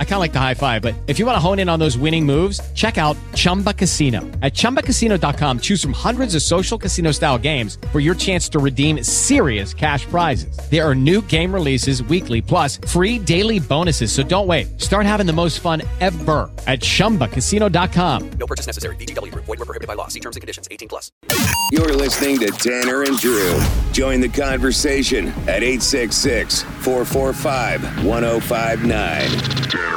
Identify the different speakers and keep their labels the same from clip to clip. Speaker 1: I kind of like the high five, but if you want to hone in on those winning moves, check out Chumba Casino. At chumbacasino.com, choose from hundreds of social casino style games for your chance to redeem serious cash prizes. There are new game releases weekly, plus free daily bonuses. So don't wait. Start having the most fun ever at chumbacasino.com.
Speaker 2: No purchase necessary. BGW. Void were prohibited by law. See terms and conditions. 18 plus.
Speaker 3: You're listening to Tanner and Drew. Join the conversation at 866 445 1059. Tanner and Drew.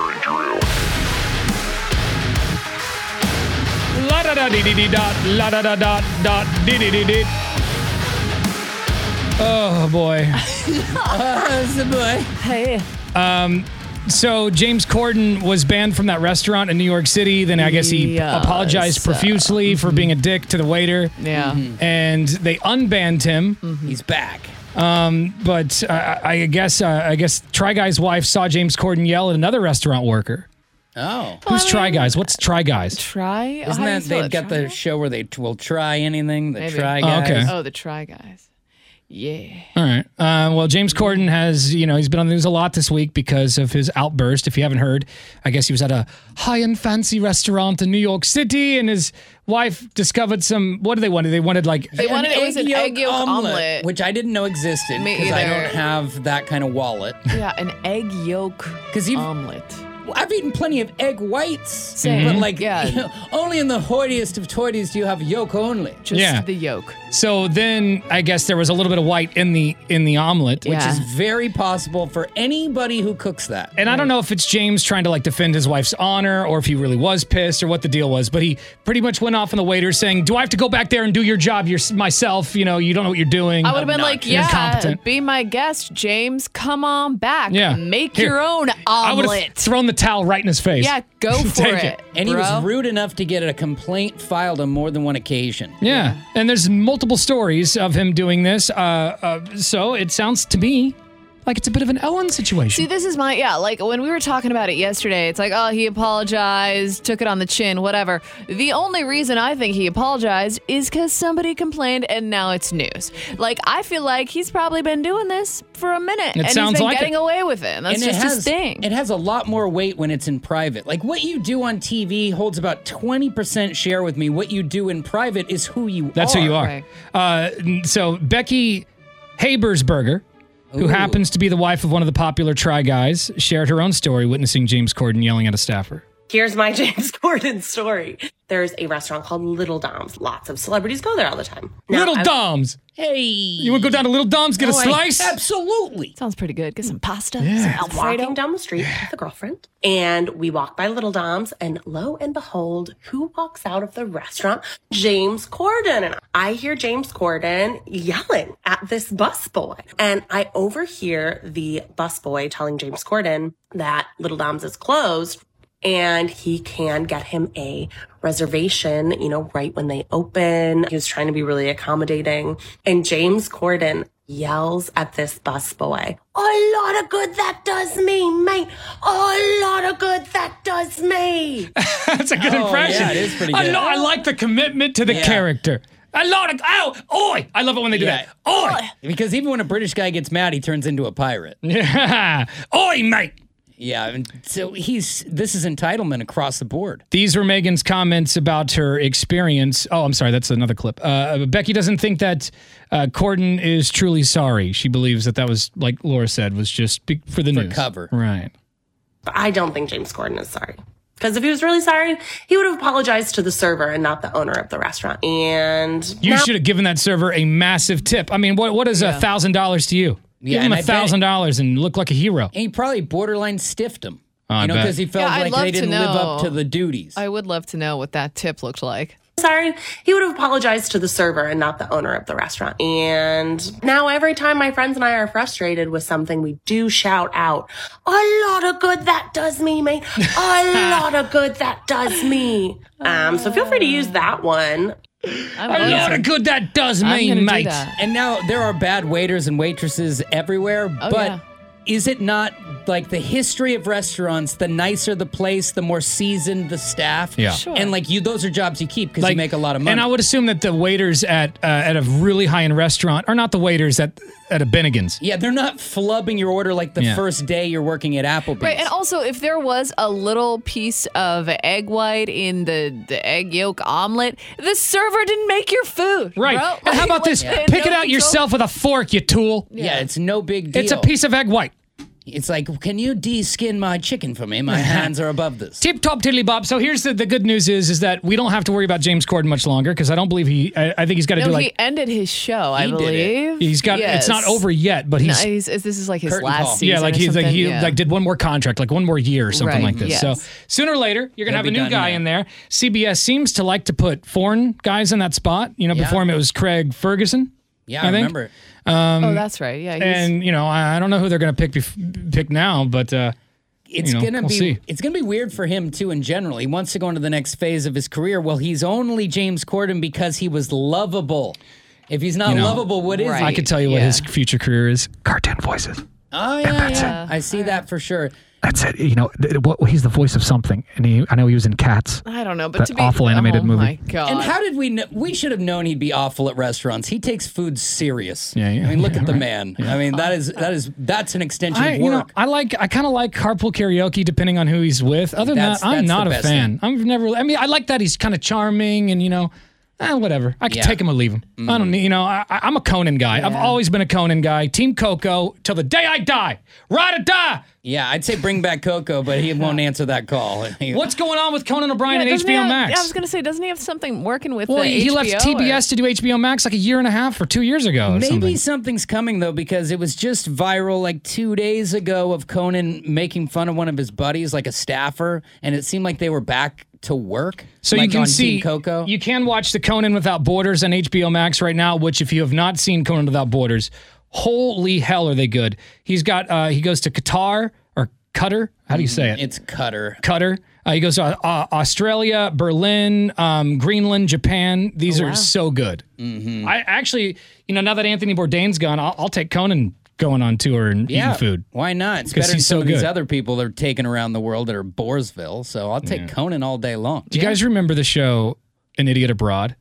Speaker 4: La da da dee dee dee dot, la da da dot dot dee dee dee dee. Oh boy.
Speaker 5: Hey,
Speaker 4: Um, So James Corden was banned from that restaurant in New York City. Then I guess he
Speaker 5: Yes. uh, mm-hmm.
Speaker 4: apologized profusely for being a dick to the waiter.
Speaker 5: yeah.
Speaker 6: Mm-hmm.
Speaker 5: Mm-hmm.
Speaker 4: And they unbanned him,
Speaker 6: He's back.
Speaker 4: but uh, I guess uh, I guess Try Guy's wife saw James Corden yell at another restaurant worker.
Speaker 6: Oh.
Speaker 4: Who's Try Guys? What's Try Guys?
Speaker 5: Try. Oh,
Speaker 6: Isn't that they've got the show where they t- will try anything? The
Speaker 5: Maybe.
Speaker 6: try
Speaker 4: Oh,
Speaker 6: guys.
Speaker 4: okay.
Speaker 5: oh the try guys. Yeah.
Speaker 4: All right. Uh, well, James Corden has, you know, he's been on the news a lot this week because of his outburst. If you haven't heard, I guess he was at a high and fancy restaurant in New York City, and his wife discovered some. What do they wanted? They wanted like
Speaker 5: They wanted it was an egg yolk omelet.
Speaker 6: which I didn't know existed
Speaker 5: Me
Speaker 6: because I
Speaker 5: either.
Speaker 6: don't have that kind of wallet.
Speaker 5: yeah, an egg yolk
Speaker 6: 'Cause you've-
Speaker 5: omelet.
Speaker 6: Well, I've eaten plenty of egg whites,
Speaker 5: Same.
Speaker 6: but like
Speaker 5: Yeah.
Speaker 6: you know, only in the hoitiest of toities do you have yolk only.
Speaker 5: Just
Speaker 4: Yeah.
Speaker 5: the yolk.
Speaker 4: so. Then I guess there was a little bit of white in the in the omelet, which
Speaker 5: Yeah.
Speaker 6: Which is very possible for anybody who cooks that.
Speaker 4: And I don't know if it's James trying to like defend his wife's honor or if he really was pissed or what the deal was, but he pretty much went off on the waiter saying, "Do I have to go back there and do your job your, myself? You know, you don't know what you're doing."
Speaker 5: I would have been like,
Speaker 4: You're
Speaker 5: yeah,
Speaker 4: incompetent."
Speaker 5: be my guest, James. Come on back.
Speaker 4: Yeah.
Speaker 5: Make
Speaker 4: Here.
Speaker 5: your own
Speaker 4: I would have
Speaker 5: omelet.
Speaker 4: thrown the towel right in his face.
Speaker 5: yeah, go for
Speaker 4: Take
Speaker 5: it.
Speaker 4: it.
Speaker 6: And he
Speaker 5: bro.
Speaker 6: was rude enough to get a complaint filed on more than one occasion.
Speaker 4: Yeah. And there's multiple stories of him doing this. Uh, uh, so it sounds to me like it's a bit of an Ellen situation.
Speaker 5: See, this is my yeah. Like when we were talking about it yesterday, it's like, oh, he apologized, took it on the chin, whatever. The only reason I think he apologized is because somebody complained, and now it's news. Like I feel like he's probably been doing this for a minute, and
Speaker 4: sounds
Speaker 5: he's been
Speaker 4: like
Speaker 5: getting
Speaker 4: it.
Speaker 5: away with it. and That's just
Speaker 6: has,
Speaker 5: his thing.
Speaker 6: It has a lot more weight when it's in private. Like what you do on TV holds about 20% share with me. What you do in private is who you
Speaker 4: That's
Speaker 6: are.
Speaker 4: who you are.
Speaker 5: Right.
Speaker 4: Uh, n- so Becky Habersberger, who
Speaker 6: Ooh.
Speaker 4: happens to be the wife of one of the popular Try Guys, shared her own story witnessing James Corden yelling at a staffer.
Speaker 7: Here's my James Corden story. There's a restaurant called Little Dom's. Lots of celebrities go there all the time. Now,
Speaker 4: Little
Speaker 7: I-
Speaker 4: Dom's.
Speaker 6: Hey.
Speaker 4: You want to go down to Little Dom's,
Speaker 6: Oh,
Speaker 4: get a slice?
Speaker 6: Absolutely.
Speaker 5: Sounds pretty good. Get some pasta,
Speaker 4: Yeah.
Speaker 5: some Alfredo.
Speaker 7: Walking down the street with a girlfriend, and we walk by Little Dom's, and lo and behold, who walks out of the restaurant? James Corden. And I hear James Corden yelling at this busboy. And I overhear the busboy telling James Corden that Little Dom's is closed and he can get him a reservation, you know, right when they open. He was trying to be really accommodating. And James Corden yells at this busboy, a lot of good that does me, mate. A lot of good that does me.
Speaker 4: That's a good
Speaker 6: Oh,
Speaker 4: impression.
Speaker 6: yeah, it is pretty
Speaker 4: I,
Speaker 6: good.
Speaker 4: lo- I like the commitment to the
Speaker 6: Yeah.
Speaker 4: character. I love it. Ow! Oi! I love it when they do
Speaker 6: Yeah.
Speaker 4: that. Oi!
Speaker 6: Because even when a British guy gets mad, he turns into a pirate.
Speaker 4: Yeah. Oi, mate!
Speaker 6: Yeah. And so he's this is entitlement across the board.
Speaker 4: These were Megan's comments about her experience. Oh, I'm sorry, that's another clip. Uh, Becky doesn't think that uh, Corden is truly sorry. She believes that that was, like Laura said, was just be- for the
Speaker 6: For
Speaker 4: news.
Speaker 6: cover.
Speaker 4: Right.
Speaker 7: But I don't think James Corden is sorry. Because if he was really sorry, he would have apologized to the server and not the owner of the restaurant. And
Speaker 4: You should have given that server a massive tip. I mean, what what is a thousand dollars to you?
Speaker 6: Yeah,
Speaker 4: Give him
Speaker 6: and
Speaker 4: a
Speaker 6: I bet-
Speaker 4: thousand dollars and look like a hero.
Speaker 6: And he probably borderline stiffed him.
Speaker 4: Oh, I
Speaker 6: you know,
Speaker 4: bet.
Speaker 6: because he felt
Speaker 5: Yeah, I'd
Speaker 6: like
Speaker 5: love
Speaker 6: they
Speaker 5: to
Speaker 6: didn't live up to
Speaker 5: know.
Speaker 6: the duties.
Speaker 5: I would love to know what that tip looked like.
Speaker 7: sorry, he would have apologized to the server and not the owner of the restaurant. And now every time my friends and I are frustrated with something, we do shout out, a lot of good that does me, mate. A lot of good that does me. Um, so feel free to use that one.
Speaker 5: I'm
Speaker 4: a
Speaker 5: gonna-
Speaker 4: lot of good that does
Speaker 5: I'm
Speaker 4: me,
Speaker 5: gonna do
Speaker 4: mate.
Speaker 5: that.
Speaker 6: and now there are bad waiters and waitresses everywhere,
Speaker 5: Oh,
Speaker 6: but
Speaker 5: yeah.
Speaker 6: is it not like the history of restaurants? The nicer the place, the more seasoned the staff.
Speaker 4: Yeah. Sure.
Speaker 6: And like you, those are jobs you keep because you make a lot of money.
Speaker 4: And I would assume that the waiters at uh, at a really high end restaurant are not the waiters at at a Bennigan's.
Speaker 6: yeah, they're not flubbing your order like the
Speaker 4: Yeah.
Speaker 6: first day you're working at Applebee's.
Speaker 5: Right, and also if there was a little piece of egg white in the, the egg yolk omelet, the server didn't make your food.
Speaker 4: Right.
Speaker 5: bro.
Speaker 4: And how
Speaker 5: Like,
Speaker 4: about
Speaker 5: like,
Speaker 4: this?
Speaker 5: they had
Speaker 4: Pick
Speaker 5: no
Speaker 4: it out
Speaker 5: control.
Speaker 4: yourself with a fork, you tool.
Speaker 6: yeah, it's no big deal.
Speaker 4: It's a piece of egg white.
Speaker 6: It's like, can you de-skin my chicken for me? My hands are above this.
Speaker 4: Tip top tiddly bob. So here's the, the good news is is that we don't have to worry about James Corden much longer because I don't believe he. I, I think he's got to
Speaker 5: No,
Speaker 4: do
Speaker 5: he
Speaker 4: like
Speaker 5: ended his show, I
Speaker 6: He did it.
Speaker 5: believe.
Speaker 4: he's got. It's not
Speaker 5: Yes.
Speaker 4: over yet, but
Speaker 5: No,
Speaker 4: he's.
Speaker 5: he's, this is like his
Speaker 6: Curtain
Speaker 5: last
Speaker 6: call.
Speaker 5: season.
Speaker 4: yeah, like
Speaker 5: or
Speaker 4: he's like
Speaker 5: something,
Speaker 4: he
Speaker 5: yeah.
Speaker 4: like did one more contract, like one more year or something
Speaker 5: Right,
Speaker 4: like this. So
Speaker 5: yes.
Speaker 4: sooner or later, you're gonna
Speaker 6: They'll
Speaker 4: have a
Speaker 6: be
Speaker 4: new
Speaker 6: done
Speaker 4: guy
Speaker 6: now.
Speaker 4: in there. CBS seems to like to put foreign guys in that spot. You know, before him it was Craig Ferguson.
Speaker 6: Yeah,
Speaker 4: I
Speaker 6: I,
Speaker 4: think-
Speaker 6: remember.
Speaker 5: oh, that's right. Yeah, he's,
Speaker 4: and you know I, I don't know who they're gonna pick bef- pick now, but uh,
Speaker 6: It's
Speaker 4: You know,
Speaker 6: gonna
Speaker 4: we'll
Speaker 6: be
Speaker 4: see.
Speaker 6: it's gonna be weird for him too. In general, he wants to go into the next phase of his career. Well, he's only James Corden because he was lovable. If he's not
Speaker 4: know,
Speaker 6: lovable, what is
Speaker 5: Right.
Speaker 6: he?
Speaker 4: I could tell you what
Speaker 5: yeah.
Speaker 4: his future career is.
Speaker 8: Cartoon voices.
Speaker 6: Oh yeah, yeah. I see that for sure.
Speaker 8: That's it. You know, th- what, he's the voice of something, and he, I know he was in Cats.
Speaker 5: I don't know, but
Speaker 8: That
Speaker 5: to be
Speaker 8: awful animated
Speaker 5: oh
Speaker 8: movie.
Speaker 5: my god!
Speaker 6: And how did we know? We should have known he'd be awful at restaurants. He takes food serious.
Speaker 4: Yeah, yeah,
Speaker 6: I mean, look
Speaker 4: yeah,
Speaker 6: at the
Speaker 4: right.
Speaker 6: man. I mean, that is that is that's an extension
Speaker 4: I,
Speaker 6: of
Speaker 4: you know,
Speaker 6: work.
Speaker 4: I like I kind of like carpool karaoke depending on who he's with. Other than
Speaker 6: That's-
Speaker 4: that, I'm
Speaker 6: that's
Speaker 4: not
Speaker 6: the
Speaker 4: a
Speaker 6: best
Speaker 4: fan. I've never. I mean, I like that he's kind of charming and you know, eh, whatever. I can
Speaker 6: Yeah.
Speaker 4: take him or leave him. I don't need. You know, I, I- I'm a Conan guy. I've always been a Conan guy. Team Coco till the day I die. Ride or die.
Speaker 6: yeah, I'd say bring back Coco, but he won't answer that call.
Speaker 4: What's going on with Conan
Speaker 5: Yeah,
Speaker 4: O'Brien and
Speaker 5: doesn't he
Speaker 4: HBO
Speaker 5: have-
Speaker 4: Max?
Speaker 5: I was gonna say, doesn't he have something working with?
Speaker 4: well,
Speaker 5: the
Speaker 4: he left
Speaker 5: HBO or-
Speaker 4: TBS to do HBO Max like a year and a half or two years ago. or
Speaker 6: Maybe
Speaker 4: something.
Speaker 6: something's coming though, because it was just viral like two days ago of Conan making fun of one of his buddies, like a staffer, and it seemed like they were back to work.
Speaker 4: So
Speaker 6: like
Speaker 4: you can
Speaker 6: on
Speaker 4: see
Speaker 6: Team Coco.
Speaker 4: You can watch the Conan Without Borders on HBO Max right now. Which, if you have not seen Conan Without Borders, holy hell, are they good? He's got uh, he goes to Qatar or Qatar. How do you say it?
Speaker 6: it's Cutter.
Speaker 4: Qatar. Uh, he goes to uh, Australia, Berlin, um, Greenland, Japan. These
Speaker 6: Oh,
Speaker 4: are so good.
Speaker 6: Mm-hmm.
Speaker 4: I actually, you know, now that Anthony Bourdain's gone, I'll, I'll take Conan going on tour and
Speaker 6: Yeah,
Speaker 4: eating food.
Speaker 6: Why not? It's
Speaker 4: 'Cause
Speaker 6: better than
Speaker 4: he's
Speaker 6: some
Speaker 4: so
Speaker 6: of these
Speaker 4: good.
Speaker 6: other people that are taken around the world that are Boresville. So I'll take Conan all day long.
Speaker 4: Do you guys remember the show An Idiot Abroad?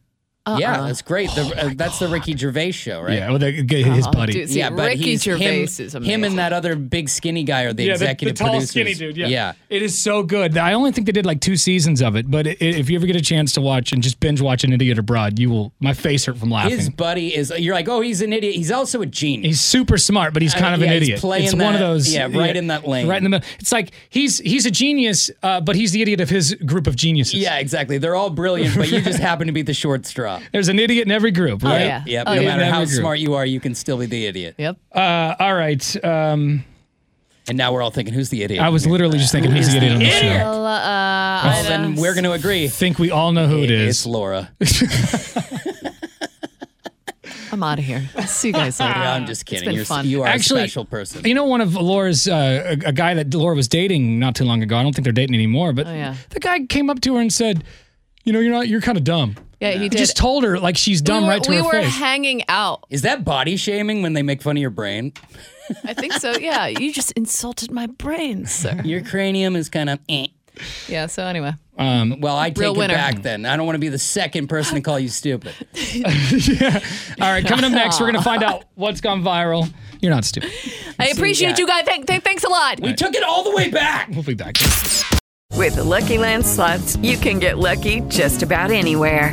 Speaker 5: Uh-uh.
Speaker 6: Yeah, that's great. The, uh, that's the Ricky Gervais show, right? Uh-huh.
Speaker 4: Yeah, with the, his buddy.
Speaker 5: dude, see,
Speaker 6: yeah, but
Speaker 5: Ricky
Speaker 6: he's
Speaker 5: Gervais
Speaker 6: him,
Speaker 5: is amazing.
Speaker 6: him and that other big skinny guy are the
Speaker 4: yeah, the-
Speaker 6: executive
Speaker 4: the, tall,
Speaker 6: producers.
Speaker 4: skinny dude. Yeah.
Speaker 6: yeah.
Speaker 4: it is so good. I only think they did like two seasons of it, but i if you ever get a chance to watch and just binge watch an idiot abroad, you will. My face hurt from laughing.
Speaker 6: His buddy is. You're like, oh, he's an idiot. He's also a genius.
Speaker 4: He's super smart, but he's kind of
Speaker 6: yeah,
Speaker 4: an
Speaker 6: he's
Speaker 4: idiot.
Speaker 6: playing
Speaker 4: it's one of
Speaker 6: that-
Speaker 4: those.
Speaker 6: yeah, right in that lane.
Speaker 4: Right in the middle. It's like he's he's a genius, uh, but he's the idiot of his group of geniuses.
Speaker 6: Yeah, exactly. They're all brilliant, but you just happen to be the short straw.
Speaker 4: There's an idiot in every group, right?
Speaker 5: yeah.
Speaker 6: Yep.
Speaker 5: Oh,
Speaker 6: no
Speaker 5: yeah.
Speaker 6: matter how
Speaker 4: Never grew.
Speaker 6: smart you are, you can still be the idiot.
Speaker 5: Yep.
Speaker 4: Uh, all right. Um,
Speaker 6: And now we're all thinking, who's the idiot?
Speaker 4: I was literally just thinking who's the idiot on the show.
Speaker 5: Well, uh,
Speaker 6: Well,
Speaker 5: I
Speaker 6: then we're going to agree.
Speaker 4: I think we all know who it
Speaker 6: It's
Speaker 4: is.
Speaker 6: Laura.
Speaker 5: I'm out of here. I'll see you guys later.
Speaker 6: I'm just kidding.
Speaker 5: Ah, been
Speaker 6: You're,
Speaker 5: fun.
Speaker 6: You are
Speaker 4: Actually-
Speaker 6: a special person.
Speaker 4: You know, one of Laura's, uh, a, a guy that Laura was dating not too long ago. I don't think they're dating anymore, but
Speaker 5: Oh, yeah.
Speaker 4: the guy came up to her and said, "You know, you're not. You're kind of dumb."
Speaker 5: Yeah, he
Speaker 4: He
Speaker 5: did.
Speaker 4: just told her like she's
Speaker 5: we
Speaker 4: dumb
Speaker 5: were,
Speaker 4: right to
Speaker 5: we
Speaker 4: her
Speaker 5: were
Speaker 4: face.
Speaker 5: hanging out.
Speaker 6: Is that body shaming when they make fun of your brain?
Speaker 5: I think so. Yeah, you just insulted my brain, sir.
Speaker 6: Your cranium is kind of. Eh.
Speaker 5: Yeah. So anyway,
Speaker 6: Well, I take
Speaker 5: Real
Speaker 6: it
Speaker 5: winner.
Speaker 6: back then. I don't want to be the second person to call you stupid.
Speaker 4: All right, coming up next, we're gonna find out what's gone viral. You're not stupid.
Speaker 5: I appreciate
Speaker 6: that.
Speaker 5: you guys. Thank, thank, thanks a lot.
Speaker 6: We took it all the way back.
Speaker 4: We'll be back.
Speaker 9: With the Lucky Land slots, you can get lucky just about anywhere.